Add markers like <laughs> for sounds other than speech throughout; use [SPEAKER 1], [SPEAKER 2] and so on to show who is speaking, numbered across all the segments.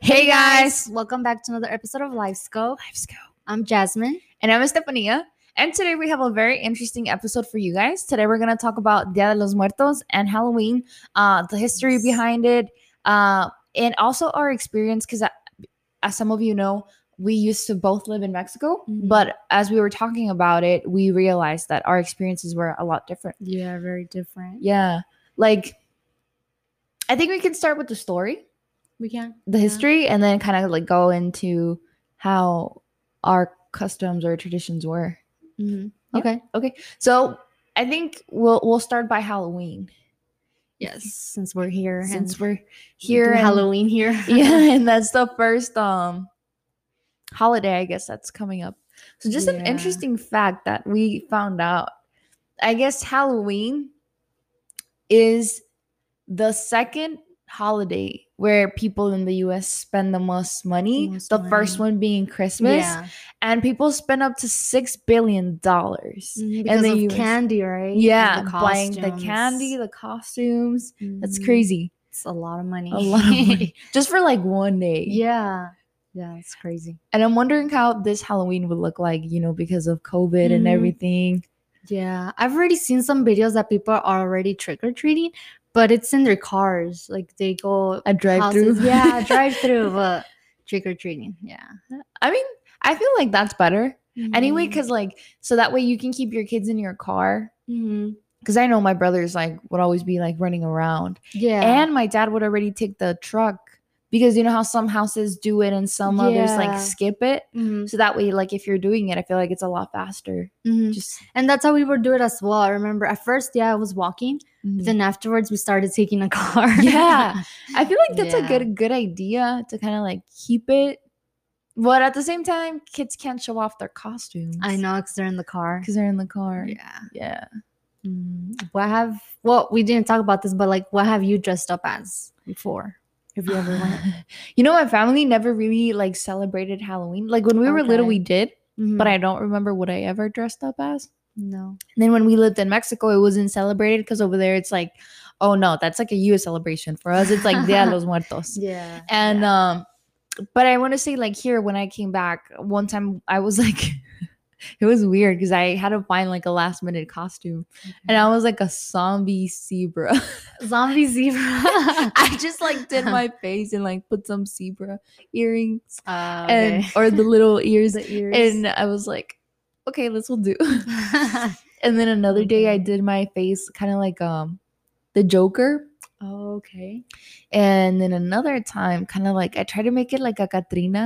[SPEAKER 1] Hey, guys.
[SPEAKER 2] welcome back to another episode of Life Scope.
[SPEAKER 1] Lives go.
[SPEAKER 2] I'm Jasmine.
[SPEAKER 1] And I'm Estefania. And today we have a very interesting episode for you guys. Today we're going to talk about Dia de los Muertos and Halloween, uh, the history
[SPEAKER 2] Yes.
[SPEAKER 1] behind it, uh, and also our experience. Because as some of you know, we used to both live in Mexico,
[SPEAKER 2] Mhm.
[SPEAKER 1] but as we were talking about it, we realized that our experiences were a lot different.
[SPEAKER 2] Yeah, very different.
[SPEAKER 1] Yeah. Like, I think we can start with the story,
[SPEAKER 2] we can.
[SPEAKER 1] the
[SPEAKER 2] Yeah.
[SPEAKER 1] history, and then kind of like go into how our customs or traditions were.
[SPEAKER 2] Mhm.
[SPEAKER 1] Yeah.
[SPEAKER 2] Okay.
[SPEAKER 1] Okay. So I think we'll we'll start by Halloween
[SPEAKER 2] Yes, since we're here,
[SPEAKER 1] since
[SPEAKER 2] and
[SPEAKER 1] we're
[SPEAKER 2] we
[SPEAKER 1] here.
[SPEAKER 2] do
[SPEAKER 1] and-
[SPEAKER 2] Halloween <laughs> here.
[SPEAKER 1] yeah, <laughs> and that's the first um holiday I guess that's coming up. So just an
[SPEAKER 2] Yeah.
[SPEAKER 1] interesting fact that we found out. I guess Halloween is the second holiday where people in the US spend the most money,
[SPEAKER 2] most
[SPEAKER 1] the first
[SPEAKER 2] money.
[SPEAKER 1] one being Christmas,
[SPEAKER 2] yeah.
[SPEAKER 1] and people spend up to 6 billion dollars.
[SPEAKER 2] Mhm, Because
[SPEAKER 1] the
[SPEAKER 2] of
[SPEAKER 1] US.
[SPEAKER 2] candy, right?
[SPEAKER 1] Yeah,
[SPEAKER 2] And the
[SPEAKER 1] buying the
[SPEAKER 2] costumes.
[SPEAKER 1] candy, the costumes. That's
[SPEAKER 2] Mhm.
[SPEAKER 1] crazy.
[SPEAKER 2] It's a lot of money.
[SPEAKER 1] A lot of money. Just for like one day.
[SPEAKER 2] <laughs> yeah. Yeah, it's crazy.
[SPEAKER 1] And I'm wondering how this Halloween would look like, you know, because of COVID and
[SPEAKER 2] Mhm.
[SPEAKER 1] everything.
[SPEAKER 2] Yeah, I've already seen some videos that people are already trick or treating, but it's in their cars. Like they go
[SPEAKER 1] A drive through.
[SPEAKER 2] houses- <laughs> Yeah,
[SPEAKER 1] <laughs>
[SPEAKER 2] drive through, but trick or treating. Yeah.
[SPEAKER 1] I mean, I feel like that's better anyway,
[SPEAKER 2] Mhm.
[SPEAKER 1] because like, so that way you can keep your kids in your car.
[SPEAKER 2] Mhm.
[SPEAKER 1] Because I know my brothers like would always be like running around.
[SPEAKER 2] yeah,
[SPEAKER 1] And my dad would already take the truck because you know how some houses do it and some others like
[SPEAKER 2] Yeah.
[SPEAKER 1] skip it.
[SPEAKER 2] Mhm.
[SPEAKER 1] So that way, like, if you're doing it, I feel like it's a lot faster.
[SPEAKER 2] Mhm.
[SPEAKER 1] Just
[SPEAKER 2] and that's how we would do it as well. I remember at first, yeah, I was walking, but then afterwards we started taking a <laughs> car.
[SPEAKER 1] Mm-hmm. Yeah. I feel like that's a
[SPEAKER 2] Yeah.
[SPEAKER 1] good good idea to kind of like keep it, but at the same time, kids can't show off their costumes.
[SPEAKER 2] I know because they're in the car.
[SPEAKER 1] because they're in the car.
[SPEAKER 2] Yeah.
[SPEAKER 1] Yeah.
[SPEAKER 2] Mm, What have well, we didn't talk about this, but like, what have you dressed up as before? If
[SPEAKER 1] <sighs>
[SPEAKER 2] you ever went,
[SPEAKER 1] you know, my family never really like celebrated Halloween. Like when we were little, we
[SPEAKER 2] Okay.
[SPEAKER 1] did, but
[SPEAKER 2] Mhm.
[SPEAKER 1] I don't remember what I ever dressed up as.
[SPEAKER 2] no.
[SPEAKER 1] And then when we lived in Mexico, it wasn't celebrated because over there it's like, oh no, that's like a U.S. celebration. For us, it's like Dia de los Muertos.
[SPEAKER 2] Yeah.
[SPEAKER 1] And um, but I want to say like here when I came back one time I was <laughs> like, it was weird because I had to find like a last minute costume, and I was like a zombie zebra. <laughs>
[SPEAKER 2] zombie zebra. <laughs>
[SPEAKER 1] I just like <laughs> did my face and like put some zebra earrings
[SPEAKER 2] uh,
[SPEAKER 1] and <laughs> or the little ears,
[SPEAKER 2] the ears.
[SPEAKER 1] Ah,
[SPEAKER 2] <laughs>
[SPEAKER 1] and I was like, okay, this will do. <laughs> and then another day I
[SPEAKER 2] Okay.
[SPEAKER 1] did my face kind of like um, the Joker. Oh,
[SPEAKER 2] okay.
[SPEAKER 1] And then another time, kind of like I tried to make it like a Katrina,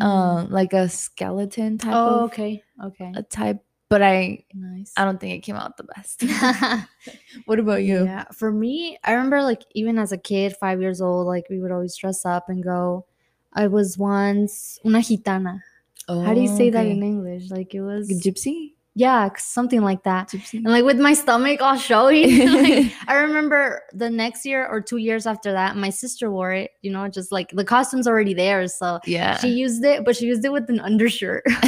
[SPEAKER 1] um like a skeleton type
[SPEAKER 2] Mm-hmm. oh,
[SPEAKER 1] of
[SPEAKER 2] okay. Okay.
[SPEAKER 1] a type but i
[SPEAKER 2] Nice.
[SPEAKER 1] i don't think it came out the best <laughs>
[SPEAKER 2] <laughs>
[SPEAKER 1] what about you
[SPEAKER 2] yeah. For me, I remember like even as a kid, five years old, like we would always dress up and go. I was once una gitana. How do you say that in
[SPEAKER 1] Oh, Okay.
[SPEAKER 2] English? Like it was
[SPEAKER 1] Like a gypsy
[SPEAKER 2] yeah, c- something like that.
[SPEAKER 1] gypsy <laughs>
[SPEAKER 2] And like with my stomach all showing. <laughs> like, I remember the next year or two years after that, my sister wore it. You know, just like the costume's already there, so
[SPEAKER 1] yeah
[SPEAKER 2] She used it, but she used it with an
[SPEAKER 1] <laughs>
[SPEAKER 2] undershirt. <laughs>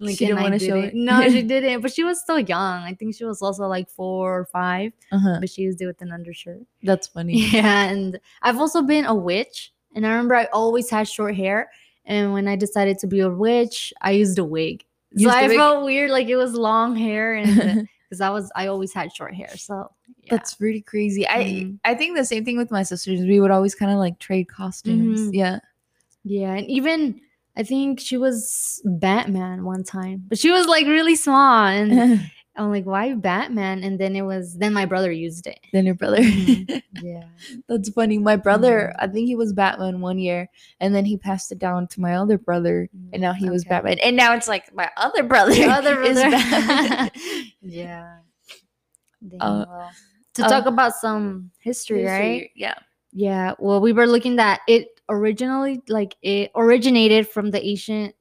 [SPEAKER 2] like,
[SPEAKER 1] She didn't
[SPEAKER 2] and I
[SPEAKER 1] wanna show
[SPEAKER 2] didn't.
[SPEAKER 1] it.
[SPEAKER 2] No,
[SPEAKER 1] <laughs>
[SPEAKER 2] she didn't. But she was still young. I think she was also like four or five,
[SPEAKER 1] uh-huh.
[SPEAKER 2] but she used it with an undershirt.
[SPEAKER 1] that's funny
[SPEAKER 2] <laughs> Yeah. And I've also been a witch. And I remember I always had short hair. And when I decided to be a witch, I used a wig.
[SPEAKER 1] Used
[SPEAKER 2] so
[SPEAKER 1] the
[SPEAKER 2] I
[SPEAKER 1] wig?
[SPEAKER 2] felt weird, like it was long
[SPEAKER 1] <laughs>
[SPEAKER 2] hair, <laughs> and because I was, I always had short hair. So yeah.
[SPEAKER 1] that's really crazy i
[SPEAKER 2] Mhm.
[SPEAKER 1] i think the same thing with my sisters we would always kind of like trade costumes
[SPEAKER 2] Mhm.
[SPEAKER 1] yeah
[SPEAKER 2] Yeah, and even I think she was Batman one time, but she was like really small, <laughs> and
[SPEAKER 1] <laughs> then
[SPEAKER 2] I'm like, why Batman? And then it was then my brother used it.
[SPEAKER 1] your brother Mm-hmm.
[SPEAKER 2] Mhm. Yeah.
[SPEAKER 1] <laughs> that's funny my brother
[SPEAKER 2] Mhm.
[SPEAKER 1] i think he was batman one year and then he passed it down to my other brother and now he was
[SPEAKER 2] Mm, Okay.
[SPEAKER 1] batman and now it's like my other brother <laughs>
[SPEAKER 2] The other
[SPEAKER 1] is
[SPEAKER 2] brother.
[SPEAKER 1] Batman.
[SPEAKER 2] <laughs>
[SPEAKER 1] <laughs>
[SPEAKER 2] yeah. Dang,
[SPEAKER 1] Uh,
[SPEAKER 2] well. To
[SPEAKER 1] um,
[SPEAKER 2] talk about some
[SPEAKER 1] <laughs>
[SPEAKER 2] history, right?
[SPEAKER 1] Yeah.
[SPEAKER 2] Yeah. Well, we were looking that it originally like it originated from the ancient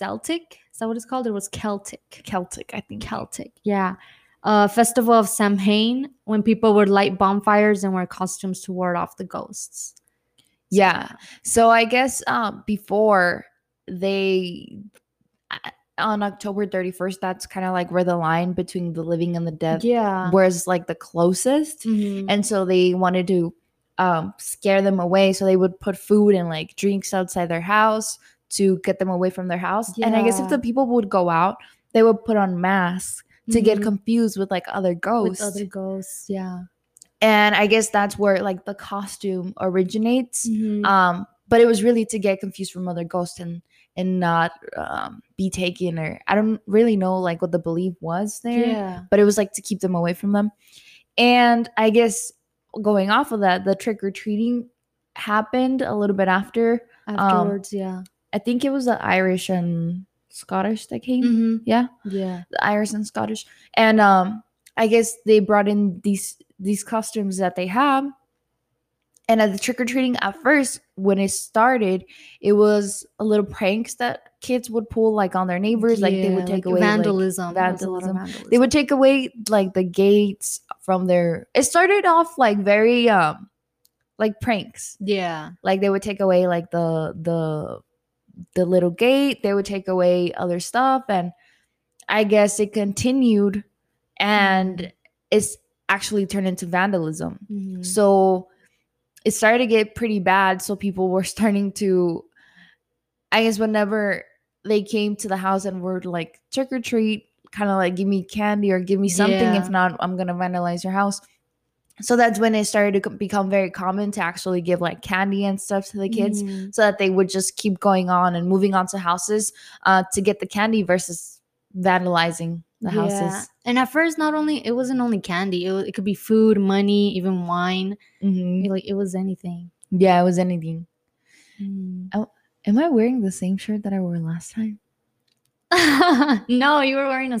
[SPEAKER 2] Celtic. Is that what it's called? It was Celtic.
[SPEAKER 1] Celtic, I think.
[SPEAKER 2] Celtic, yeah. Uh, festival of Samhain when people would light bonfires and wear costumes to ward off the ghosts. So,
[SPEAKER 1] Yeah. So I guess um, before they, I- on October 31st, that's kind of like where the line between the living and the dead
[SPEAKER 2] yeah.
[SPEAKER 1] was like the closest.
[SPEAKER 2] Mhm.
[SPEAKER 1] And so they wanted to um, scare them away. So they would put food and like drinks outside their house to get them away from their house. And I guess if
[SPEAKER 2] Yeah.
[SPEAKER 1] the people would go out, they would put on masks to get
[SPEAKER 2] Mhm.
[SPEAKER 1] confused with like other ghosts.
[SPEAKER 2] Mm-hmm. with other ghosts. Yeah.
[SPEAKER 1] and I guess that's where like the costume originates.
[SPEAKER 2] Mhm.
[SPEAKER 1] Um, but it was really to get confused from other ghosts and and not um, be taken or I don't really know like what the belief was there
[SPEAKER 2] yeah.
[SPEAKER 1] but it was like to keep them away from them. And I guess going off of that, the trick or treating happened a little bit after.
[SPEAKER 2] um, Afterwards, yeah.
[SPEAKER 1] I think it was the Irish and Scottish that came.
[SPEAKER 2] hmm
[SPEAKER 1] Yeah,
[SPEAKER 2] Yeah.
[SPEAKER 1] the Irish and Scottish, and um, I guess they brought in these these costumes that they have. And at the trick or treating, at first when it started, it was a little pranks that kids would pull like on their neighbors, like they would
[SPEAKER 2] Yeah,
[SPEAKER 1] take
[SPEAKER 2] like
[SPEAKER 1] away like,
[SPEAKER 2] vandalism. There's a lot of vandalism.
[SPEAKER 1] they would take away like the gates from their it started off like very um like pranks
[SPEAKER 2] Yeah.
[SPEAKER 1] like they would take away like the the the little gate they would take away other stuff and i guess it continued and it's actually turned into vandalism
[SPEAKER 2] Mhm.
[SPEAKER 1] so it started to get pretty bad. So people were <laughs> starting to, I guess, whenever they came to the house and were like, trick or treat, kind of like, give me candy or give me something.
[SPEAKER 2] Yeah.
[SPEAKER 1] If not, I'm going to vandalize your house. So that's when it started to co- become very common to actually give like candy and stuff to the kids
[SPEAKER 2] Mhm.
[SPEAKER 1] so that they would just keep going on and moving on to houses uh, to get the candy versus vandalizing the
[SPEAKER 2] Yeah.
[SPEAKER 1] houses.
[SPEAKER 2] And at first, not only it wasn't only candy; it, wa- it could be food, money, even wine.
[SPEAKER 1] Mhm.
[SPEAKER 2] Like it was anything.
[SPEAKER 1] Yeah, it was anything. Mm-hmm.
[SPEAKER 2] Mm.
[SPEAKER 1] Am I wearing the same shirt that I wore last time?
[SPEAKER 2] <laughs> no, you were wearing a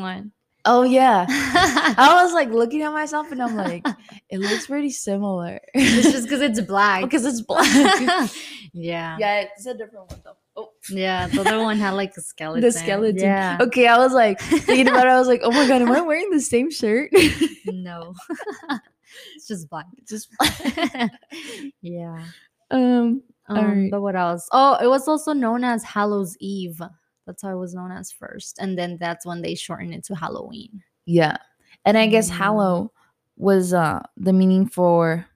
[SPEAKER 1] <laughs>
[SPEAKER 2] one.
[SPEAKER 1] Oh
[SPEAKER 2] <laughs>
[SPEAKER 1] yeah. I was like looking at myself and I'm like, it looks pretty similar. <laughs>
[SPEAKER 2] it's just because it's black.
[SPEAKER 1] because it's black.
[SPEAKER 2] <laughs>
[SPEAKER 1] <laughs>
[SPEAKER 2] yeah.
[SPEAKER 1] yeah, it's a different one though. Oh,
[SPEAKER 2] Yeah, the other one had like a skeleton.
[SPEAKER 1] the skeleton.
[SPEAKER 2] Yeah.
[SPEAKER 1] Okay, I was like thinking about it. I was like, oh my god, am
[SPEAKER 2] <laughs>
[SPEAKER 1] I wearing the same shirt? <laughs>
[SPEAKER 2] no. <laughs> it's just black.
[SPEAKER 1] just
[SPEAKER 2] <laughs> yeah.
[SPEAKER 1] um
[SPEAKER 2] Um,
[SPEAKER 1] Alright.
[SPEAKER 2] But what else? Oh, it was also known as Hallows Eve. That's how it was known as first. And then that's when they shortened it to Halloween.
[SPEAKER 1] yeah, and I guess
[SPEAKER 2] Mm.
[SPEAKER 1] hallow was uh the meaning for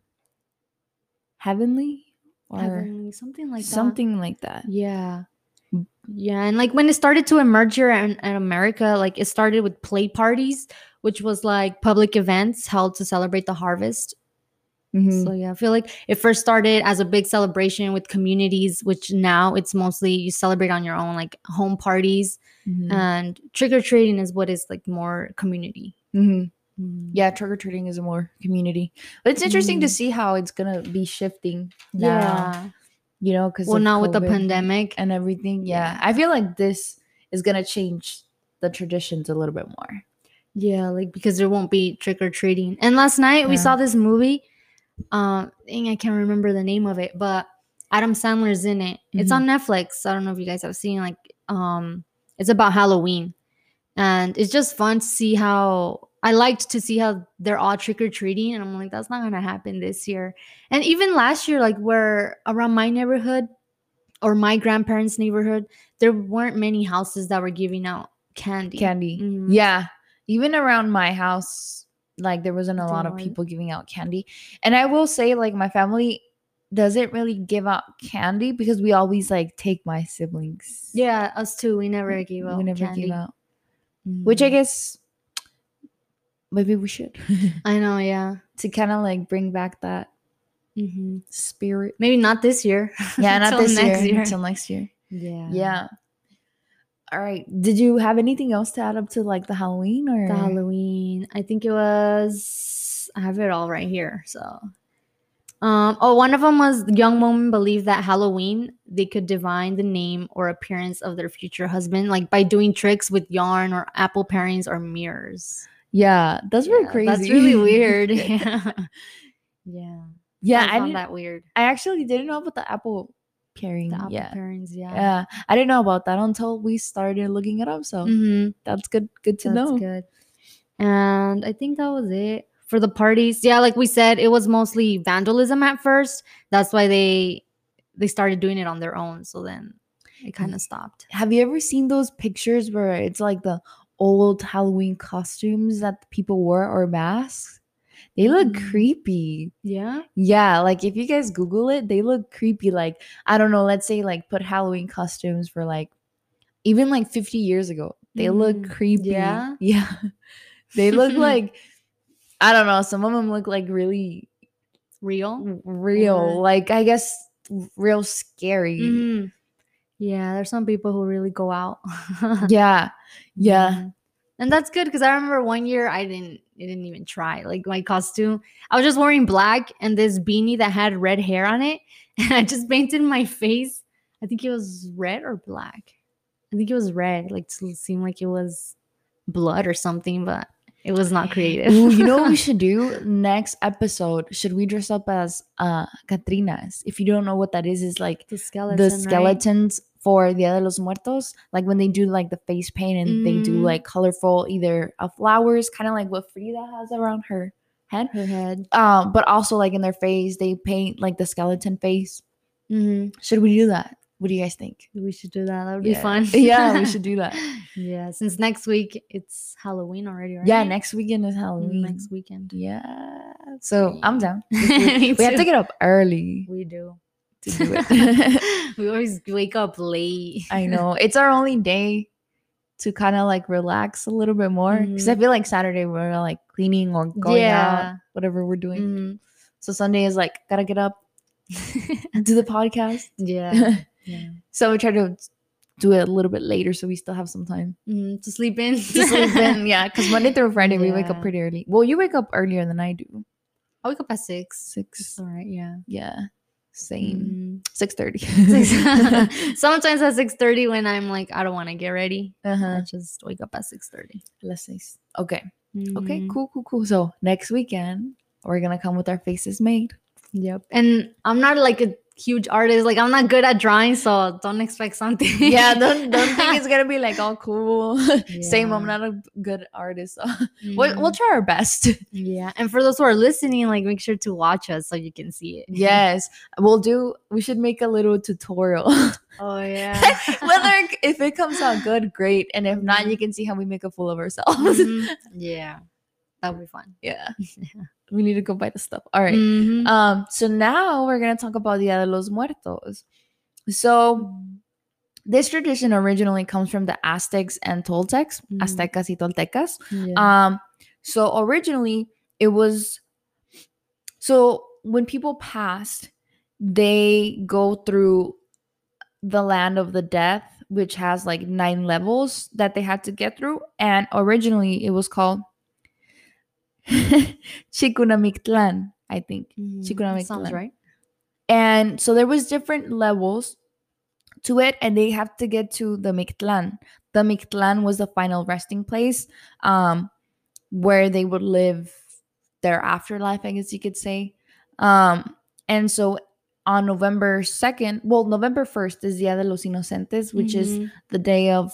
[SPEAKER 1] heavenly or
[SPEAKER 2] Heavenly, something like that.
[SPEAKER 1] something like that.
[SPEAKER 2] Yeah.
[SPEAKER 1] Mm.
[SPEAKER 2] Yeah. And like when it started to emerge here in, in America, like it started with play parties, which was like public events held to celebrate the harvest.
[SPEAKER 1] Mhm.
[SPEAKER 2] So yeah, I feel like it first started as a big celebration with communities, which now it's mostly you celebrate on your own, like home parties
[SPEAKER 1] Mhm.
[SPEAKER 2] and trick or treating is what is like more community.
[SPEAKER 1] Mhm. yeah trick or treating is a more community but it's interesting to
[SPEAKER 2] Mm.
[SPEAKER 1] see how it's gonna be shifting now,
[SPEAKER 2] yeah.
[SPEAKER 1] you know because
[SPEAKER 2] Well, now with the pandemic,
[SPEAKER 1] and everything yeah.
[SPEAKER 2] Yeah.
[SPEAKER 1] i feel like this is gonna change the traditions a little bit more
[SPEAKER 2] yeah, like because there won't be trick or treating. And last night we
[SPEAKER 1] Yeah.
[SPEAKER 2] saw this movie. Um, dang, I can't remember the name of it, but Adam Sandler's in it. It's
[SPEAKER 1] Mhm.
[SPEAKER 2] on Netflix. I don't know if you guys have seen. Like, um, it's about Halloween, and it's just fun to see how. I liked to see how they're all trick or treating, and I'm like, that's not gonna happen this year. And even last year, like where around my neighborhood or my grandparents' neighborhood, there weren't many houses that were giving out candy.
[SPEAKER 1] candy
[SPEAKER 2] Mhm.
[SPEAKER 1] yeah even around my house like there wasn't a lot of
[SPEAKER 2] Didn't.
[SPEAKER 1] people giving out candy and i will say like my family doesn't really give out candy because we always like take my siblings
[SPEAKER 2] Yeah, us too. Mm-hmm. We never gave out.
[SPEAKER 1] we never
[SPEAKER 2] candy.
[SPEAKER 1] give out which i
[SPEAKER 2] Mhm.
[SPEAKER 1] guess maybe we should <laughs>
[SPEAKER 2] I know. Yeah.
[SPEAKER 1] to kind of like bring back that
[SPEAKER 2] hmm
[SPEAKER 1] spirit. <laughs>
[SPEAKER 2] Maybe not this year. <laughs>
[SPEAKER 1] Yeah, not
[SPEAKER 2] Till
[SPEAKER 1] this
[SPEAKER 2] next
[SPEAKER 1] year,
[SPEAKER 2] year.
[SPEAKER 1] Until next year.
[SPEAKER 2] Yeah.
[SPEAKER 1] Yeah. All right. Did you have anything else to add up to like the Halloween or
[SPEAKER 2] The Halloween. I think it was. I have it all right here. So, um, oh, one of them was young women believed that Halloween they could divine the name or appearance of their future husband, like by doing tricks with yarn or apple parings or mirrors.
[SPEAKER 1] Yeah, that's really
[SPEAKER 2] Yeah,
[SPEAKER 1] crazy. <laughs>
[SPEAKER 2] That's <laughs> really weird. yeah. <laughs> Yeah.
[SPEAKER 1] <laughs> yeah, I
[SPEAKER 2] I found
[SPEAKER 1] didn't,
[SPEAKER 2] that weird.
[SPEAKER 1] I actually didn't know about the apple pairing.
[SPEAKER 2] The apple
[SPEAKER 1] yeah.
[SPEAKER 2] parings. Yeah.
[SPEAKER 1] Yeah, I didn't know about that until we started looking it up. So
[SPEAKER 2] Mm-hmm.
[SPEAKER 1] that's good. Good to
[SPEAKER 2] That's
[SPEAKER 1] know.
[SPEAKER 2] good. And I think that was it for the parties. Yeah, like we said, it was mostly vandalism at first. That's why they they started doing it on their own. So then it kind
[SPEAKER 1] Ye-
[SPEAKER 2] of stopped.
[SPEAKER 1] Have you ever seen those pictures where it's like the old Halloween costumes that people wore or masks? They look
[SPEAKER 2] Mm.
[SPEAKER 1] creepy.
[SPEAKER 2] Yeah.
[SPEAKER 1] Yeah, like if you guys Google it, they look creepy. Like, I don't know, let's say like put Halloween costumes for like even like 50 years ago. They look
[SPEAKER 2] Mm,
[SPEAKER 1] creepy.
[SPEAKER 2] yeah?
[SPEAKER 1] <laughs> Yeah. They
[SPEAKER 2] <laughs>
[SPEAKER 1] look like I don't know, some of them look like really
[SPEAKER 2] Real.
[SPEAKER 1] w- real.
[SPEAKER 2] Or-
[SPEAKER 1] Like I guess w- real scary.
[SPEAKER 2] Mhm. Yeah, there's some people who really go out. <laughs>
[SPEAKER 1] Yeah. Yeah.
[SPEAKER 2] Mhm. And that's good because I remember one year I didn't I didn't even try. Like my costume, I was just wearing black and this beanie that had red hair on it. <laughs> And I just painted my face. I think it was red or black. I think it was red, like to seem like it was blood or something, but it was not creative.
[SPEAKER 1] Ooh, you know
[SPEAKER 2] <laughs>
[SPEAKER 1] what we should do next episode? Should we dress up as uh Katrinas? If you don't know what that is, it's like
[SPEAKER 2] the skeleton.
[SPEAKER 1] the
[SPEAKER 2] right?
[SPEAKER 1] skeletons for Dia de los Muertos, like when they do like the face paint and they do
[SPEAKER 2] Mm.
[SPEAKER 1] like colorful either uh, flowers, kind of like what Frida has around her head,
[SPEAKER 2] Her head.
[SPEAKER 1] um, but also like in their face they paint like the skeleton face.
[SPEAKER 2] hmm
[SPEAKER 1] Should we do that? What do you guys think? <laughs>
[SPEAKER 2] We should do that. That would
[SPEAKER 1] yeah.
[SPEAKER 2] be <laughs> fun.
[SPEAKER 1] yeah, we should do
[SPEAKER 2] <laughs>
[SPEAKER 1] that.
[SPEAKER 2] yeah, since next week it's Halloween already, right?
[SPEAKER 1] Yeah, next weekend is
[SPEAKER 2] Mm,
[SPEAKER 1] Halloween.
[SPEAKER 2] next weekend.
[SPEAKER 1] Yeah, so I'm <laughs> down.
[SPEAKER 2] <laughs> Me
[SPEAKER 1] We have to
[SPEAKER 2] too.
[SPEAKER 1] get up early
[SPEAKER 2] We do.
[SPEAKER 1] to do it.
[SPEAKER 2] <laughs> we always wake up late. <laughs>
[SPEAKER 1] I know. It's our only day to kind of like relax a little bit more. Because I
[SPEAKER 2] Mhm.
[SPEAKER 1] feel like Saturday we're like cleaning or going out,
[SPEAKER 2] Yeah.
[SPEAKER 1] whatever we're doing.
[SPEAKER 2] Mhm.
[SPEAKER 1] So Sunday is like, gotta get
[SPEAKER 2] <laughs>
[SPEAKER 1] up, do the podcast. <laughs>
[SPEAKER 2] yeah. yeah.
[SPEAKER 1] so we try to do it a little bit later so we still have some time
[SPEAKER 2] Mhm, To sleep in. <laughs>
[SPEAKER 1] to sleep in. Yeah. Because Monday through Friday we wake up
[SPEAKER 2] Yeah.
[SPEAKER 1] pretty early. Well, you wake up earlier than I do.
[SPEAKER 2] I wake up at six. It's
[SPEAKER 1] Six.
[SPEAKER 2] all right. Yeah.
[SPEAKER 1] Yeah. Same.
[SPEAKER 2] Mhm.
[SPEAKER 1] Six thirty.
[SPEAKER 2] <laughs> Six- Sometimes at six thirty when I'm like I don't want to get ready, I
[SPEAKER 1] <laughs> uh-huh.
[SPEAKER 2] just wake up at six thirty. Mm-hmm.
[SPEAKER 1] Let's say. s- Okay. Okay, cool, cool, cool. So next weekend, we're gonna come with our faces made.
[SPEAKER 2] Yep. And I'm not like a huge artist. Like I'm not good at drawing, so don't expect something.
[SPEAKER 1] <laughs> <laughs> Yeah, don't
[SPEAKER 2] <laughs>
[SPEAKER 1] don't think it's gonna be like <laughs> all cool. Same, I'm
[SPEAKER 2] Yeah.
[SPEAKER 1] not a b- good artist. So <laughs> we'll, we'll
[SPEAKER 2] Mhm.
[SPEAKER 1] try our best.
[SPEAKER 2] yeah. And for those who are listening, like make sure to watch us so you can see it.
[SPEAKER 1] <laughs>
[SPEAKER 2] <laughs>
[SPEAKER 1] yes, we'll do. We should make a little tutorial. <laughs>
[SPEAKER 2] Oh yeah. <laughs>
[SPEAKER 1] Whether if it comes out good, great, and if not, you can see how we make a fool of ourselves.
[SPEAKER 2] Mhm. Yeah. That'll be fun.
[SPEAKER 1] <laughs> yeah, we need to go buy the stuff. All right.
[SPEAKER 2] Mhm.
[SPEAKER 1] Um. So now we're gonna talk about Dia de los Muertos. So. This tradition originally comes from the Aztecs and Toltecs,
[SPEAKER 2] Mm.
[SPEAKER 1] Aztecas y Toltecas.
[SPEAKER 2] Yeah.
[SPEAKER 1] Um, so originally it was so when people passed, they go through the land of the death, which has like nine levels that they had to get through. And originally it was called <laughs> Chicunamictlan, I think.
[SPEAKER 2] Mhm.
[SPEAKER 1] Chikunamik
[SPEAKER 2] sounds
[SPEAKER 1] Tlan.
[SPEAKER 2] right.
[SPEAKER 1] And so there was different levels to it, and they have to get to the Mictlan. The Mictlan was the final resting place um, where they would live their afterlife, I guess you could say. Um, and so on November 2nd, well, November 1st is Dia de los Inocentes, which is
[SPEAKER 2] Mhm.
[SPEAKER 1] the day of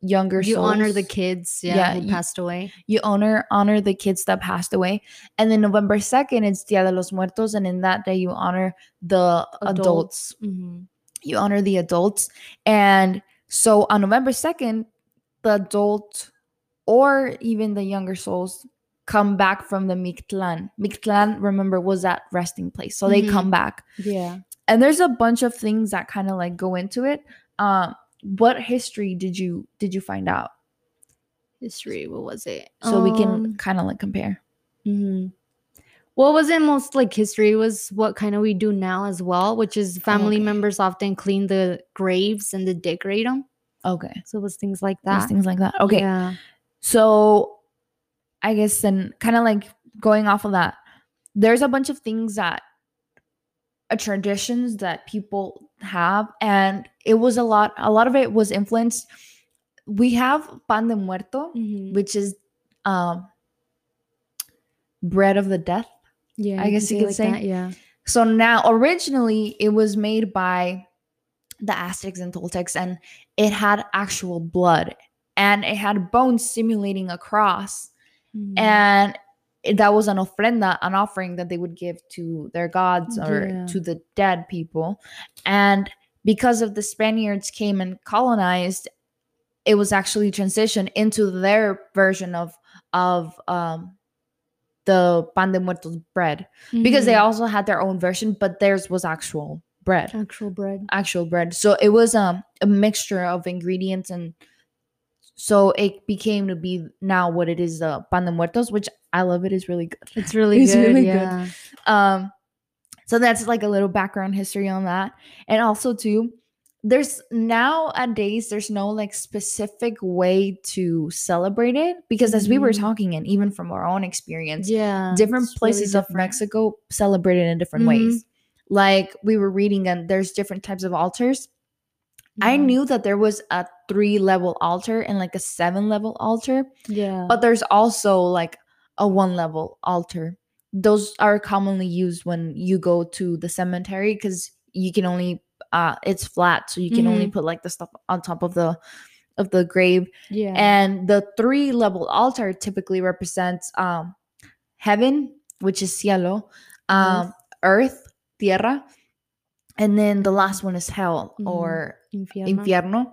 [SPEAKER 1] younger
[SPEAKER 2] you honor the
[SPEAKER 1] souls
[SPEAKER 2] kids, yeah,
[SPEAKER 1] Yeah,
[SPEAKER 2] who
[SPEAKER 1] you-
[SPEAKER 2] passed away.
[SPEAKER 1] you honor honor the kids that passed away and then november 2nd it's dia de los muertos and in that day you honor the adults,
[SPEAKER 2] Adults.
[SPEAKER 1] Mm-hmm.
[SPEAKER 2] Mhm.
[SPEAKER 1] you honor the adults and so on november 2nd the adult or even the younger souls come back from the mictlan mictlan remember was that resting place so they
[SPEAKER 2] Mhm.
[SPEAKER 1] come back
[SPEAKER 2] Yeah.
[SPEAKER 1] and there's a bunch of things that kind of like go into it um what history did you did you find out
[SPEAKER 2] History. What was it?
[SPEAKER 1] so we can
[SPEAKER 2] Um,
[SPEAKER 1] kind of like compare
[SPEAKER 2] Mm-hmm. What was it most like history was what kind of we do now as well, which is family
[SPEAKER 1] okay.
[SPEAKER 2] members often clean the graves and they decorate them.
[SPEAKER 1] okay
[SPEAKER 2] So it was things like
[SPEAKER 1] There's
[SPEAKER 2] that.
[SPEAKER 1] things like that. Okay.
[SPEAKER 2] Yeah.
[SPEAKER 1] So I guess then kind of like going off of that, there's a bunch of things that uh, traditions that people have and it was a lot a lot of it was influenced we have pan de muerto
[SPEAKER 2] Mhm.
[SPEAKER 1] which is um bread of the death
[SPEAKER 2] yeah.
[SPEAKER 1] I guess you
[SPEAKER 2] it
[SPEAKER 1] could
[SPEAKER 2] like
[SPEAKER 1] say-
[SPEAKER 2] that, Yeah.
[SPEAKER 1] so now, originally, it was made by the Aztecs and Toltecs, and it had actual blood and it had bones simulating a cross.
[SPEAKER 2] Mhm.
[SPEAKER 1] And it- that was an ofrenda, an offering that they would give to their gods or
[SPEAKER 2] Yeah.
[SPEAKER 1] to the dead people. And because of the Spaniards came and colonized, it was actually transitioned into their version of of um, the pan de muertos bread because they
[SPEAKER 2] Mhm.
[SPEAKER 1] also had their own version, but theirs was actual bread,
[SPEAKER 2] actual bread.
[SPEAKER 1] actual bread. So it was um, a mixture of ingredients, and so it became to be now what it is, the pan de muertos, which I love. It is really good.
[SPEAKER 2] It's really
[SPEAKER 1] It's
[SPEAKER 2] good.
[SPEAKER 1] really good.
[SPEAKER 2] yeah.
[SPEAKER 1] Um, so that's like a little background history on that, and also too. There's nowadays there's no like specific way to celebrate it because as we were
[SPEAKER 2] Mhm.
[SPEAKER 1] talking and even from our own experience,
[SPEAKER 2] Yeah.
[SPEAKER 1] different
[SPEAKER 2] it's really
[SPEAKER 1] places of
[SPEAKER 2] different. Mm-hmm.
[SPEAKER 1] Mexico celebrate it in different ways. Like we were reading, and there's different types of altars. I
[SPEAKER 2] Yeah.
[SPEAKER 1] knew that there was a three level altar and like a seven level altar,
[SPEAKER 2] Yeah.
[SPEAKER 1] but there's also like a one level altar. Those are commonly used when you go to the cemetery because you can only uh it's flat, so you can
[SPEAKER 2] Mm-hmm.
[SPEAKER 1] only put like the stuff on top of the of the grave
[SPEAKER 2] yeah.
[SPEAKER 1] and the three level altar typically represents um heaven which is cielo um earth, tierra and then the last one is hell
[SPEAKER 2] Mhm.
[SPEAKER 1] or
[SPEAKER 2] Infierno.
[SPEAKER 1] infierno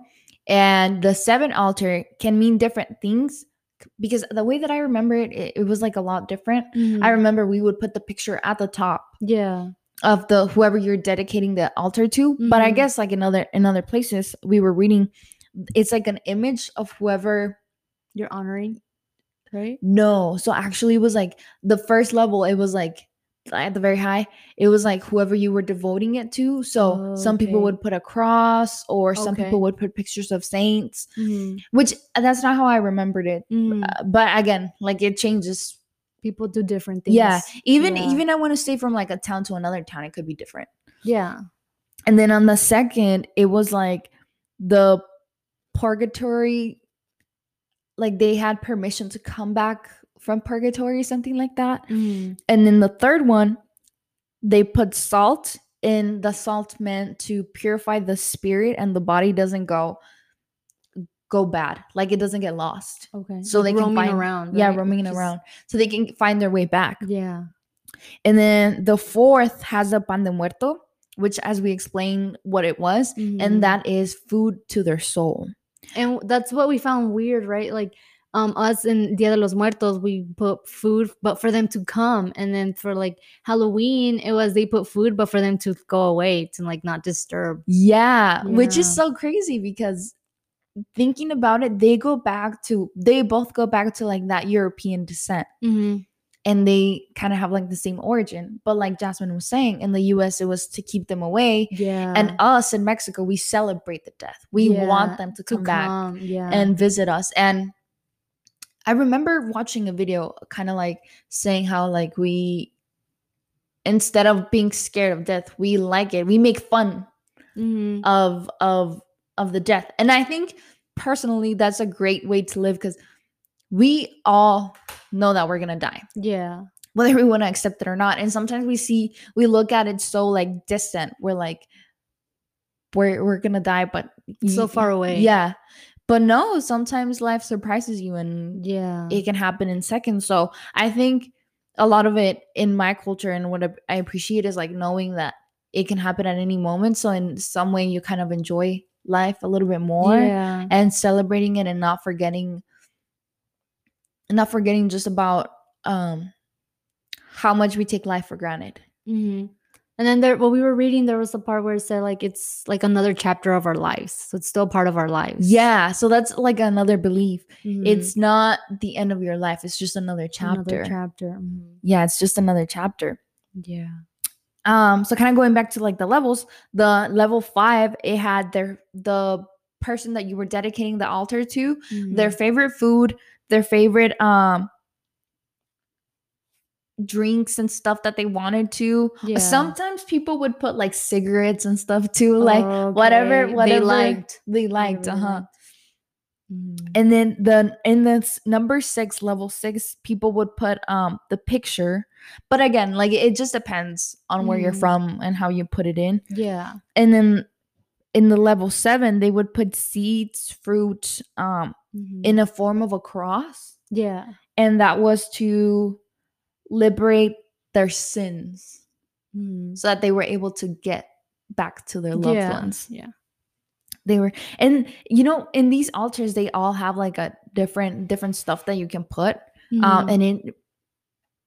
[SPEAKER 1] and the seven altar can mean different things c- because the way that i remember it it, it was like a lot different i
[SPEAKER 2] Mhm.
[SPEAKER 1] remember we would put the picture at the top
[SPEAKER 2] yeah.
[SPEAKER 1] of the whoever you're dedicating the altar to but i
[SPEAKER 2] Mhm.
[SPEAKER 1] guess like in other in other places we were reading it's like an image of whoever
[SPEAKER 2] You're honoring, right?
[SPEAKER 1] No. So actually, it was like the first level, it was like at the very high, it was like whoever you were devoting it to. So
[SPEAKER 2] Oh,
[SPEAKER 1] some people
[SPEAKER 2] okay.
[SPEAKER 1] would put a cross, or some
[SPEAKER 2] Okay.
[SPEAKER 1] people would put pictures of saints, which uh, that's not how I remembered it.
[SPEAKER 2] Mhm.
[SPEAKER 1] Mm-hmm. Uh, but again, like it changes.
[SPEAKER 2] People do different things.
[SPEAKER 1] Yeah. Even
[SPEAKER 2] Yeah.
[SPEAKER 1] even I want to say from like a town to another town, it could be different.
[SPEAKER 2] Yeah.
[SPEAKER 1] And then on the second, it was like the purgatory, like they had permission to come back from purgatory, something like that.
[SPEAKER 2] Mhm.
[SPEAKER 1] And then the third one, they put salt in the salt meant to purify the spirit and the body doesn't go go bad. Like it doesn't get lost.
[SPEAKER 2] Okay.
[SPEAKER 1] So they can
[SPEAKER 2] roaming
[SPEAKER 1] find-
[SPEAKER 2] around.
[SPEAKER 1] Yeah,
[SPEAKER 2] right?
[SPEAKER 1] roaming it
[SPEAKER 2] Just-
[SPEAKER 1] around. So they can find their way back.
[SPEAKER 2] Yeah.
[SPEAKER 1] And then the fourth has a pan de muerto, which as we explained what it was,
[SPEAKER 2] Mhm.
[SPEAKER 1] and that is food to their soul.
[SPEAKER 2] and that's what we found weird, right? Like um us in Dia de los Muertos, we put food, but for them to come, and then for like Halloween, it was they put food, but for them to go away to like not disturb.
[SPEAKER 1] Yeah, which is
[SPEAKER 2] Yeah.
[SPEAKER 1] so crazy because thinking about it, they go back to they both go back to like that European descent. Mm-hmm. and they kind of have like the same origin. But like Jasmine was saying, in the US, it was to keep them away.
[SPEAKER 2] Yeah,
[SPEAKER 1] And us in Mexico, we celebrate the death. We
[SPEAKER 2] Yeah,
[SPEAKER 1] want them to
[SPEAKER 2] to
[SPEAKER 1] come, back
[SPEAKER 2] come, yeah,
[SPEAKER 1] and visit us. And I remember watching a video kind of like saying how like we instead of being scared of death, we like it. We make fun
[SPEAKER 2] Mhm.
[SPEAKER 1] of of of the death. And I think personally that's a great way to live cuz we all know that we're going to die
[SPEAKER 2] yeah,
[SPEAKER 1] whether we want to accept it or not. And sometimes we see we look at it so like distant. We're like, we're we're gonna die, but
[SPEAKER 2] so
[SPEAKER 1] y-
[SPEAKER 2] far away.
[SPEAKER 1] Yeah, but no. Sometimes life surprises you, and
[SPEAKER 2] yeah,
[SPEAKER 1] it can happen in seconds. So I think a lot of it in my culture and what I- I appreciate is like knowing that it can happen at any moment. So in some way, you kind of enjoy life a little bit more
[SPEAKER 2] yeah,
[SPEAKER 1] and celebrating it and not forgetting not forgetting just about um how much we take life for granted
[SPEAKER 2] Mhm. And then there, what we were reading, there was a part where it said like it's like another chapter of our lives, so it's still part of our lives.
[SPEAKER 1] yeah so that's like another belief
[SPEAKER 2] Mhm.
[SPEAKER 1] it's not the end of your life it's just another chapter
[SPEAKER 2] another chapter. Mhm.
[SPEAKER 1] yeah it's just another chapter
[SPEAKER 2] Yeah.
[SPEAKER 1] um so kind of going back to like the levels the level five it had their the person that you were dedicating the altar to their
[SPEAKER 2] Mhm.
[SPEAKER 1] favorite food, their favorite um drinks and stuff that they wanted to.
[SPEAKER 2] Yeah.
[SPEAKER 1] Sometimes people would put like cigarettes and stuff too, like whatever-
[SPEAKER 2] Oh, Okay, they
[SPEAKER 1] whatever
[SPEAKER 2] liked
[SPEAKER 1] they
[SPEAKER 2] they
[SPEAKER 1] liked,
[SPEAKER 2] really
[SPEAKER 1] uh-huh.
[SPEAKER 2] liked. Mhm.
[SPEAKER 1] And then the in the s- number 6 level 6 people would put um the picture. But again, like it just depends on where you're
[SPEAKER 2] Mhm.
[SPEAKER 1] from and how you put it in.
[SPEAKER 2] yeah
[SPEAKER 1] And then in the level 7 they would put seeds, fruit um
[SPEAKER 2] Mhm.
[SPEAKER 1] in a form of a cross.
[SPEAKER 2] yeah
[SPEAKER 1] and that was to liberate their sins
[SPEAKER 2] Mhm.
[SPEAKER 1] so that they were able to get back to their loved
[SPEAKER 2] yeah.
[SPEAKER 1] ones
[SPEAKER 2] yeah
[SPEAKER 1] they were and you know in these altars they all have like a different different stuff that you can put um
[SPEAKER 2] Mhm.
[SPEAKER 1] and it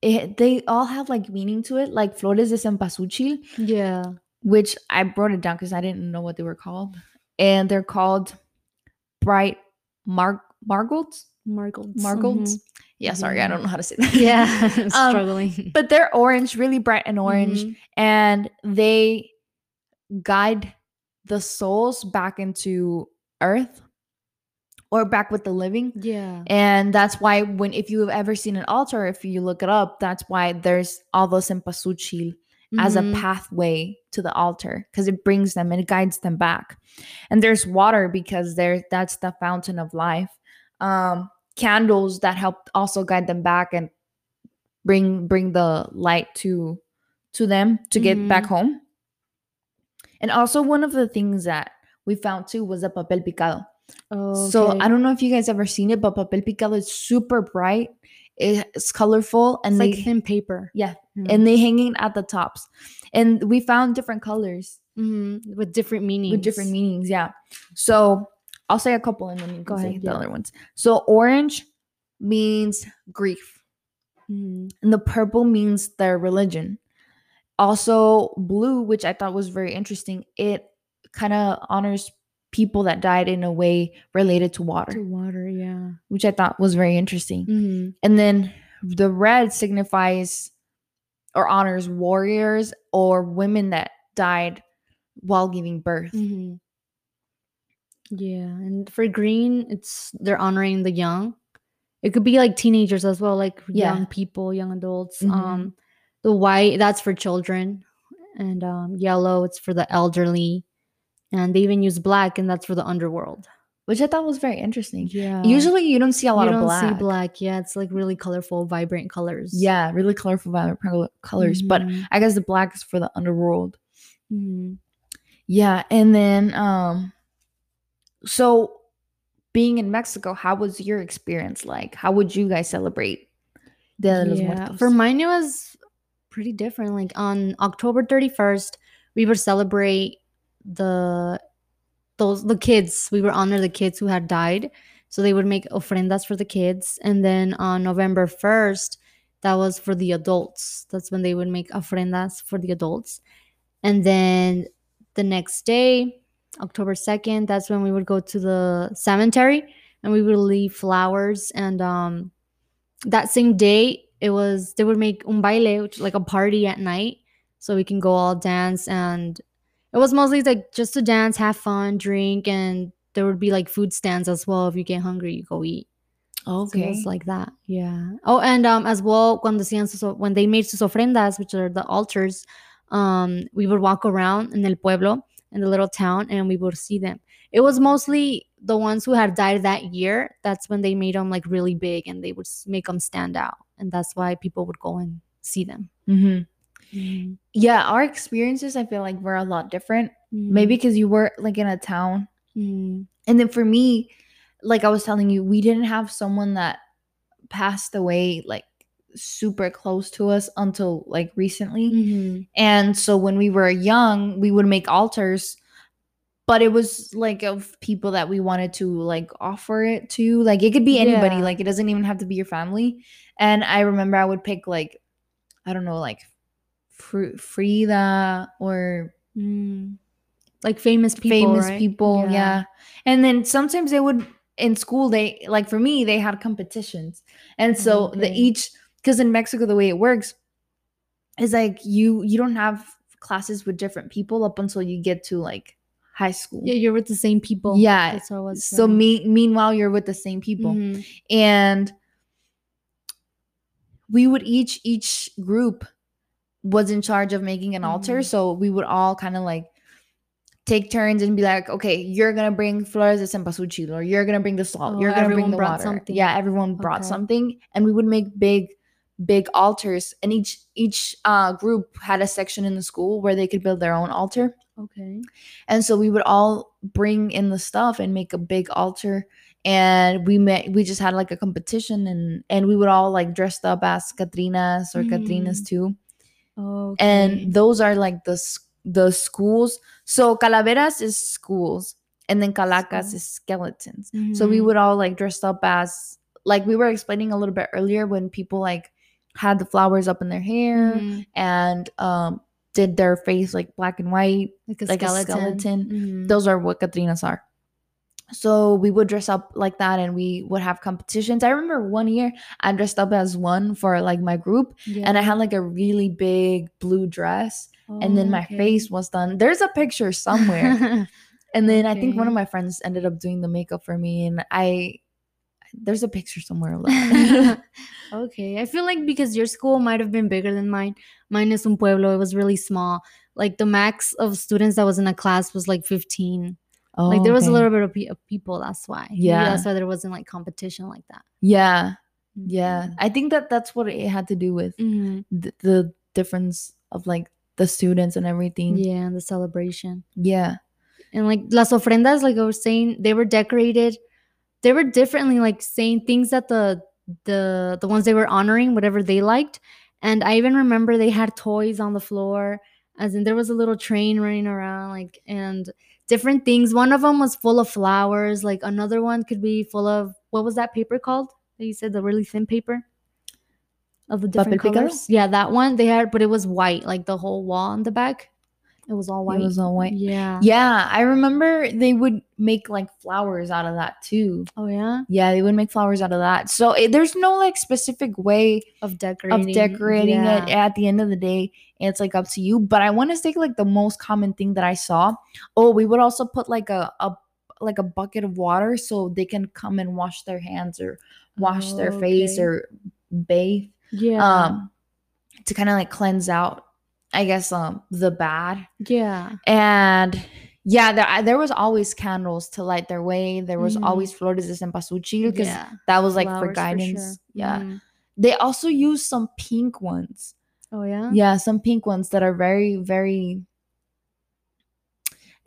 [SPEAKER 1] it, they all have like meaning to it, like flores de cempasúchil,
[SPEAKER 2] Yeah.
[SPEAKER 1] which I brought it down because I didn't know what they were called, and they're called bright mar margolds.
[SPEAKER 2] Margolds.
[SPEAKER 1] Margolds.
[SPEAKER 2] Mhm.
[SPEAKER 1] Yeah, sorry, I don't know how to say that.
[SPEAKER 2] Yeah.
[SPEAKER 1] Um,
[SPEAKER 2] <laughs> I'm struggling.
[SPEAKER 1] <laughs> but they're orange, really bright and orange,
[SPEAKER 2] Mhm.
[SPEAKER 1] and they guide the souls back into earth or back with the living.
[SPEAKER 2] Yeah.
[SPEAKER 1] And that's why when if you've ever seen an altar, if you look it up, that's why there's all those empasuchil as a
[SPEAKER 2] Mhm.
[SPEAKER 1] pathway to the altar because it brings them and it guides them back. And there's water because there that's the fountain of life. Um, candles that help also guide them back and bring bring the light to to them to get back
[SPEAKER 2] Mhm.
[SPEAKER 1] home. And also one of the things that we found too was the papel picado.
[SPEAKER 2] Oh,
[SPEAKER 1] So
[SPEAKER 2] okay.
[SPEAKER 1] I don't know if you guys ever seen it, but papel picado is super bright. It's colorful and
[SPEAKER 2] It's
[SPEAKER 1] they
[SPEAKER 2] like thin paper.
[SPEAKER 1] yeah,
[SPEAKER 2] Mhm.
[SPEAKER 1] and they hanging at the tops. And we found different colors
[SPEAKER 2] Mhm. with different meanings.
[SPEAKER 1] with different meanings. Yeah. So I'll say a couple and then you
[SPEAKER 2] Go
[SPEAKER 1] can say
[SPEAKER 2] ahead,
[SPEAKER 1] the
[SPEAKER 2] yeah.
[SPEAKER 1] other ones. So orange means grief,
[SPEAKER 2] meanings.
[SPEAKER 1] and the purple means their religion. Also, blue, which I thought was very interesting, it kind of honors people that died in a way related to water, Mm-hmm.
[SPEAKER 2] To water. Yeah.
[SPEAKER 1] which I thought was very interesting.
[SPEAKER 2] Mhm.
[SPEAKER 1] And then the red signifies or honors warriors or women that died while giving birth.
[SPEAKER 2] Mhm. Yeah, and for green, it's they're honoring the young. It could be like teenagers as well, like
[SPEAKER 1] Yeah.
[SPEAKER 2] young people, young adults.
[SPEAKER 1] Mhm.
[SPEAKER 2] Um, the white that's for children, and um, yellow it's for the elderly, and they even use black, and that's for the underworld.
[SPEAKER 1] Which I thought was very interesting.
[SPEAKER 2] Yeah,
[SPEAKER 1] Usually you don't see a lot
[SPEAKER 2] you
[SPEAKER 1] of
[SPEAKER 2] don't
[SPEAKER 1] black.
[SPEAKER 2] see black. Yeah, it's like really colorful, vibrant colors.
[SPEAKER 1] Yeah, really colorful, vibrant col- colors. But
[SPEAKER 2] Mhm.
[SPEAKER 1] I guess the black is for the underworld.
[SPEAKER 2] Mhm.
[SPEAKER 1] Yeah, and then um so being in Mexico, how was your experience like? How would you guys celebrate Dia de los
[SPEAKER 2] Yeah,
[SPEAKER 1] Muertos?
[SPEAKER 2] For mine, it was pretty different. Like on October 31st, we would celebrate the those the kids. We would honor the kids who had died. So they would make ofrendas for the kids. And then on November 1st, that was for the adults. That's when they would make ofrendas for the adults. And then the next day, October 2nd, that's when we would go to the cemetery and we would leave flowers and um that same day it was they would make un baile which is like a party at night so we can go all dance and it was mostly like just to dance have fun drink and there would be like food stands as well if you get hungry you go eat so it
[SPEAKER 1] okay.
[SPEAKER 2] was like that yeah oh and um as well cuando hacían sus, when they made sus ofrendas which are the altars um we would walk around in el pueblo in the little town and we would see them it was mostly the ones who had died that year that's when they made them like really big and they would s- make them stand out and that's why people would go and see them
[SPEAKER 1] mm-hmm. yeah our experiences i feel like were a lot different maybe because you were like in a town
[SPEAKER 2] Mhm.
[SPEAKER 1] and then for me like i was telling you we didn't have someone that passed away like super close to us until like recently
[SPEAKER 2] Mhm.
[SPEAKER 1] and so when we were young we would make altars but it was like of people that we wanted to like offer it to like it could be anybody
[SPEAKER 2] Yeah.
[SPEAKER 1] like it doesn't even have to be your family and i remember i would pick like i don't know like Fr- frida or
[SPEAKER 2] Mm. like famous people
[SPEAKER 1] famous
[SPEAKER 2] right?
[SPEAKER 1] people yeah. and then sometimes they would in school they like for me they had competitions and so the
[SPEAKER 2] Mm-hmm. Okay.
[SPEAKER 1] each because in mexico the way it works is like you you don't have classes with different people up until you get to like high school
[SPEAKER 2] yeah you're with the same people
[SPEAKER 1] Yeah,
[SPEAKER 2] that's how it was
[SPEAKER 1] so
[SPEAKER 2] right?
[SPEAKER 1] me- meanwhile you're with the same people
[SPEAKER 2] Mhm.
[SPEAKER 1] and we would each each group was in charge of making an altar
[SPEAKER 2] Mhm.
[SPEAKER 1] so we would all kind of like take turns and be like okay you're gonna bring flores de cempasúchil or you're gonna bring the salt
[SPEAKER 2] Oh,
[SPEAKER 1] you're gonna bring
[SPEAKER 2] everyone
[SPEAKER 1] the
[SPEAKER 2] brought
[SPEAKER 1] water
[SPEAKER 2] something.
[SPEAKER 1] yeah everyone brought
[SPEAKER 2] Okay.
[SPEAKER 1] something and we would make big big altars and each each uh, group had a section in the school where they could build their own altar
[SPEAKER 2] okay
[SPEAKER 1] and so we would all bring in the stuff and make a big altar. And we met we just had like a competition and and we would all like dressed up as Katrinas or Katrinas too.
[SPEAKER 2] okay
[SPEAKER 1] And those are like the s- the schools. So calaveras is schools and then calacas
[SPEAKER 2] School.
[SPEAKER 1] is skeletons. So we
[SPEAKER 2] Mhm.
[SPEAKER 1] would all like dressed up as like we were explaining a little bit earlier when people like had the flowers up in their hair
[SPEAKER 2] Mhm.
[SPEAKER 1] and um did their face like black and white.
[SPEAKER 2] Like a
[SPEAKER 1] Like a
[SPEAKER 2] skeleton.
[SPEAKER 1] skeleton.
[SPEAKER 2] Mhm.
[SPEAKER 1] Those are what Katrinas are. So we would dress up like that and we would have competitions. I remember one year I dressed up as one for like my group
[SPEAKER 2] Yeah.
[SPEAKER 1] and I had like a really big blue dress and then
[SPEAKER 2] Oh,
[SPEAKER 1] my
[SPEAKER 2] okay.
[SPEAKER 1] face was done. There's a picture
[SPEAKER 2] <laughs>
[SPEAKER 1] somewhere. <laughs> and then I think one of
[SPEAKER 2] Okay.
[SPEAKER 1] my friends ended up doing the makeup for me and I there's a picture somewhere of
[SPEAKER 2] <laughs>
[SPEAKER 1] that. <laughs>
[SPEAKER 2] okay. I feel like because your school might have been bigger than mine. Mine is un pueblo. It was really small. Like the max of students that was in a class was like 15.
[SPEAKER 1] oh,
[SPEAKER 2] like there was a
[SPEAKER 1] okay.
[SPEAKER 2] little bit of, pe- of people. That's why. Maybe
[SPEAKER 1] Yeah.
[SPEAKER 2] That's why there wasn't like competition like that.
[SPEAKER 1] Yeah. Yeah. I think that that's what it had to do with
[SPEAKER 2] Mhm.
[SPEAKER 1] th- the difference of like the students and everything. Yeah.
[SPEAKER 2] Yeah. And the celebration. and like las ofrendas like i was saying they were decorated they were differently like saying things that the the the ones they were honoring whatever they liked and i even remember they had toys on the floor as in there was a little train running around like and different things one of them was full of flowers like another one could be full of what was that paper called that you said the really thin paper of the different
[SPEAKER 1] Papel picado?
[SPEAKER 2] colors yeah that one they had but it was white like the whole wall on the back it was all white
[SPEAKER 1] It was all white.
[SPEAKER 2] yeah
[SPEAKER 1] Yeah, I remember they would make like flowers out of that too.
[SPEAKER 2] oh yeah
[SPEAKER 1] Yeah, they would make flowers out of that. So it, there's no like specific way
[SPEAKER 2] of decorating
[SPEAKER 1] of decorating
[SPEAKER 2] yeah.
[SPEAKER 1] it at the end of the day. It's like up to you. But I want to say like the most common thing that I saw. Oh, we would also put like a, a like a bucket of water so they can come and wash their hands or wash their face
[SPEAKER 2] Oh, Okay.
[SPEAKER 1] or bathe
[SPEAKER 2] yeah
[SPEAKER 1] um to kind of like cleanse out I guess um the bad
[SPEAKER 2] yeah
[SPEAKER 1] and yeah, there, I- there was always candles to light their way. There was
[SPEAKER 2] Mhm.
[SPEAKER 1] always flores de cempasúchil because
[SPEAKER 2] yeah
[SPEAKER 1] that was like
[SPEAKER 2] flowers
[SPEAKER 1] for
[SPEAKER 2] sure.
[SPEAKER 1] guidance. Yeah,
[SPEAKER 2] Mhm.
[SPEAKER 1] they also use some pink ones.
[SPEAKER 2] oh yeah
[SPEAKER 1] Yeah, some pink ones that are very, very.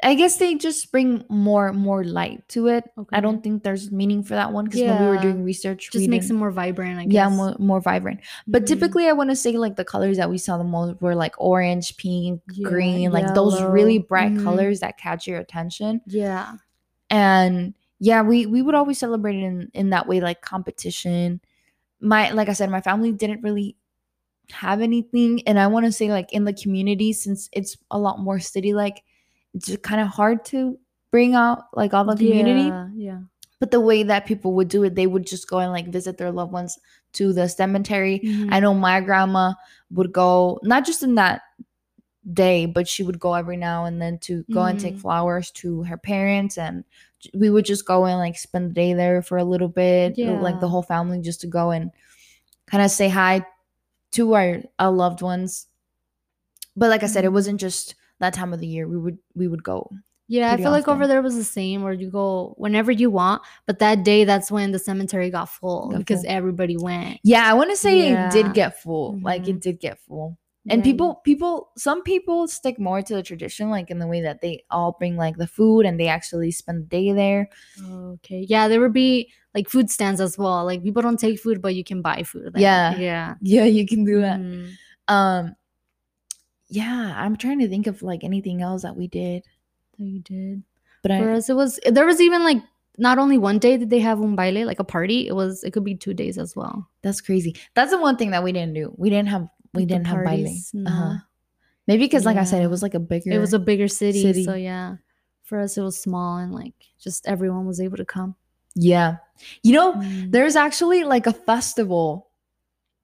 [SPEAKER 1] I guess they just bring more more light to it. I
[SPEAKER 2] Okay.
[SPEAKER 1] don't think there's meaning for that one because when we were
[SPEAKER 2] Yeah.
[SPEAKER 1] doing research, we
[SPEAKER 2] just makes it
[SPEAKER 1] didn't-
[SPEAKER 2] more vibrant i guess
[SPEAKER 1] yeah more, more vibrant. But
[SPEAKER 2] Mhm.
[SPEAKER 1] typically, I want to say like the colors that we saw the most were like orange, pink,
[SPEAKER 2] Yeah,
[SPEAKER 1] green, like those really
[SPEAKER 2] yellow.
[SPEAKER 1] bright
[SPEAKER 2] Mhm.
[SPEAKER 1] colors that catch your attention.
[SPEAKER 2] yeah
[SPEAKER 1] And yeah, we we would always celebrate it in in that way, like competition. My like I said, my family didn't really have anything, and I want to say like in the community, since it's a lot more city like, it's just kind of hard to bring out like all the community
[SPEAKER 2] yeah, yeah.
[SPEAKER 1] but the way that people would do it they would just go and like visit their loved ones to the cemetery
[SPEAKER 2] Mm-hmm.
[SPEAKER 1] I know my grandma would go not just in that day, but she would go every now and then to go and take
[SPEAKER 2] Mhm.
[SPEAKER 1] flowers to her parents, and j- we would just go and like spend the day there for a little bit, l- like the
[SPEAKER 2] Yeah.
[SPEAKER 1] whole family, just to go and kind of say hi to our, our loved ones. But like I said, it
[SPEAKER 2] Mhm.
[SPEAKER 1] wasn't just that time of the year. We would we would go.
[SPEAKER 2] yeah i
[SPEAKER 1] pretty
[SPEAKER 2] feel like over
[SPEAKER 1] often.
[SPEAKER 2] there was the same where you go whenever you want but that day that's when the cemetery got full
[SPEAKER 1] Got
[SPEAKER 2] because
[SPEAKER 1] full.
[SPEAKER 2] everybody went
[SPEAKER 1] Yeah, I want to say it
[SPEAKER 2] Yeah.
[SPEAKER 1] did get full. Like it
[SPEAKER 2] Mhm.
[SPEAKER 1] did get full. and
[SPEAKER 2] Yeah, you-
[SPEAKER 1] people people some people stick more to the tradition like in the way that they all bring like the food and they actually spend the day there <laughs>
[SPEAKER 2] okay yeah there would be like food stands as well like people don't take food but you can buy food there.
[SPEAKER 1] Yeah.
[SPEAKER 2] yeah
[SPEAKER 1] yeah you can do
[SPEAKER 2] Mhm.
[SPEAKER 1] that um yeah i'm trying to think of like anything else that we did
[SPEAKER 2] that you did.
[SPEAKER 1] but
[SPEAKER 2] For
[SPEAKER 1] i
[SPEAKER 2] us, it was there was even like not only one day did they have un baile, like a party. It was it could be two days as well.
[SPEAKER 1] that's crazy that's the one thing that we didn't do we didn't have we
[SPEAKER 2] Like the
[SPEAKER 1] didn't have baile
[SPEAKER 2] parties,
[SPEAKER 1] uh-huh.
[SPEAKER 2] no.
[SPEAKER 1] maybe because like i said
[SPEAKER 2] Yeah.
[SPEAKER 1] it was like a bigger
[SPEAKER 2] It was a bigger city,
[SPEAKER 1] City.
[SPEAKER 2] so yeah. For us, it was small and like just everyone was able to come.
[SPEAKER 1] yeah you know
[SPEAKER 2] Mm.
[SPEAKER 1] There's actually like a festival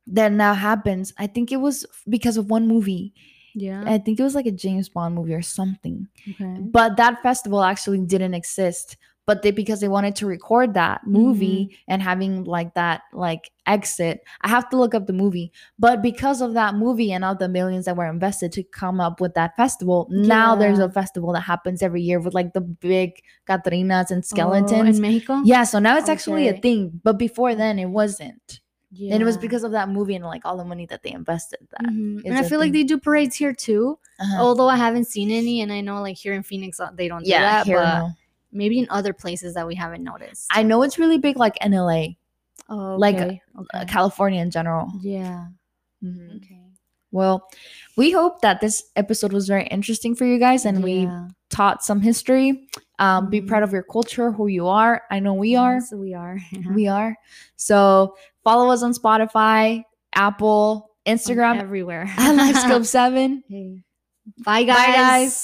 [SPEAKER 1] that now happens. I think it was f- because of one movie.
[SPEAKER 2] yeah.
[SPEAKER 1] I think it was like a James Bond movie or something.
[SPEAKER 2] Okay.
[SPEAKER 1] But that festival actually didn't exist. But they because they wanted to record that movie
[SPEAKER 2] Mm-hmm.
[SPEAKER 1] and having like that like exit. I have to look up the movie. But because of that movie and all the millions that were invested to come up with that festival, now there's a
[SPEAKER 2] Yeah.
[SPEAKER 1] festival that happens every year with like the big Catrinas and
[SPEAKER 2] Oh,
[SPEAKER 1] skeletons.
[SPEAKER 2] in Mexico.
[SPEAKER 1] yeah, so now it's actually a
[SPEAKER 2] Okay.
[SPEAKER 1] thing. But before then it wasn't.
[SPEAKER 2] yeah.
[SPEAKER 1] And it was because of that movie and like all the money that they invested in that.
[SPEAKER 2] Mhm.
[SPEAKER 1] is
[SPEAKER 2] And I
[SPEAKER 1] a
[SPEAKER 2] feel like
[SPEAKER 1] thing.
[SPEAKER 2] they do parades here too.
[SPEAKER 1] Uh-huh.
[SPEAKER 2] Although I haven't seen any, and I know like here in Phoenix uh, they don't do
[SPEAKER 1] yeah,
[SPEAKER 2] that,
[SPEAKER 1] here,
[SPEAKER 2] but
[SPEAKER 1] no.
[SPEAKER 2] maybe in other places that we haven't noticed.
[SPEAKER 1] I know it's really big like in LA,
[SPEAKER 2] oh,
[SPEAKER 1] like,
[SPEAKER 2] okay,
[SPEAKER 1] uh,
[SPEAKER 2] okay.
[SPEAKER 1] California in general.
[SPEAKER 2] yeah.
[SPEAKER 1] Mhm.
[SPEAKER 2] Okay.
[SPEAKER 1] Well, we hope that this episode was very interesting for you guys and we
[SPEAKER 2] Yeah.
[SPEAKER 1] taught some history. Um, Be
[SPEAKER 2] Mhm.
[SPEAKER 1] proud of your culture, who you are. I know we are.
[SPEAKER 2] Yes, we are. <laughs>
[SPEAKER 1] We are. So follow us on Spotify, Apple, Instagram,
[SPEAKER 2] everywhere.
[SPEAKER 1] at LifeScope7. <laughs>
[SPEAKER 2] Hey. Bye,
[SPEAKER 1] Bye,
[SPEAKER 2] guys.
[SPEAKER 1] guys.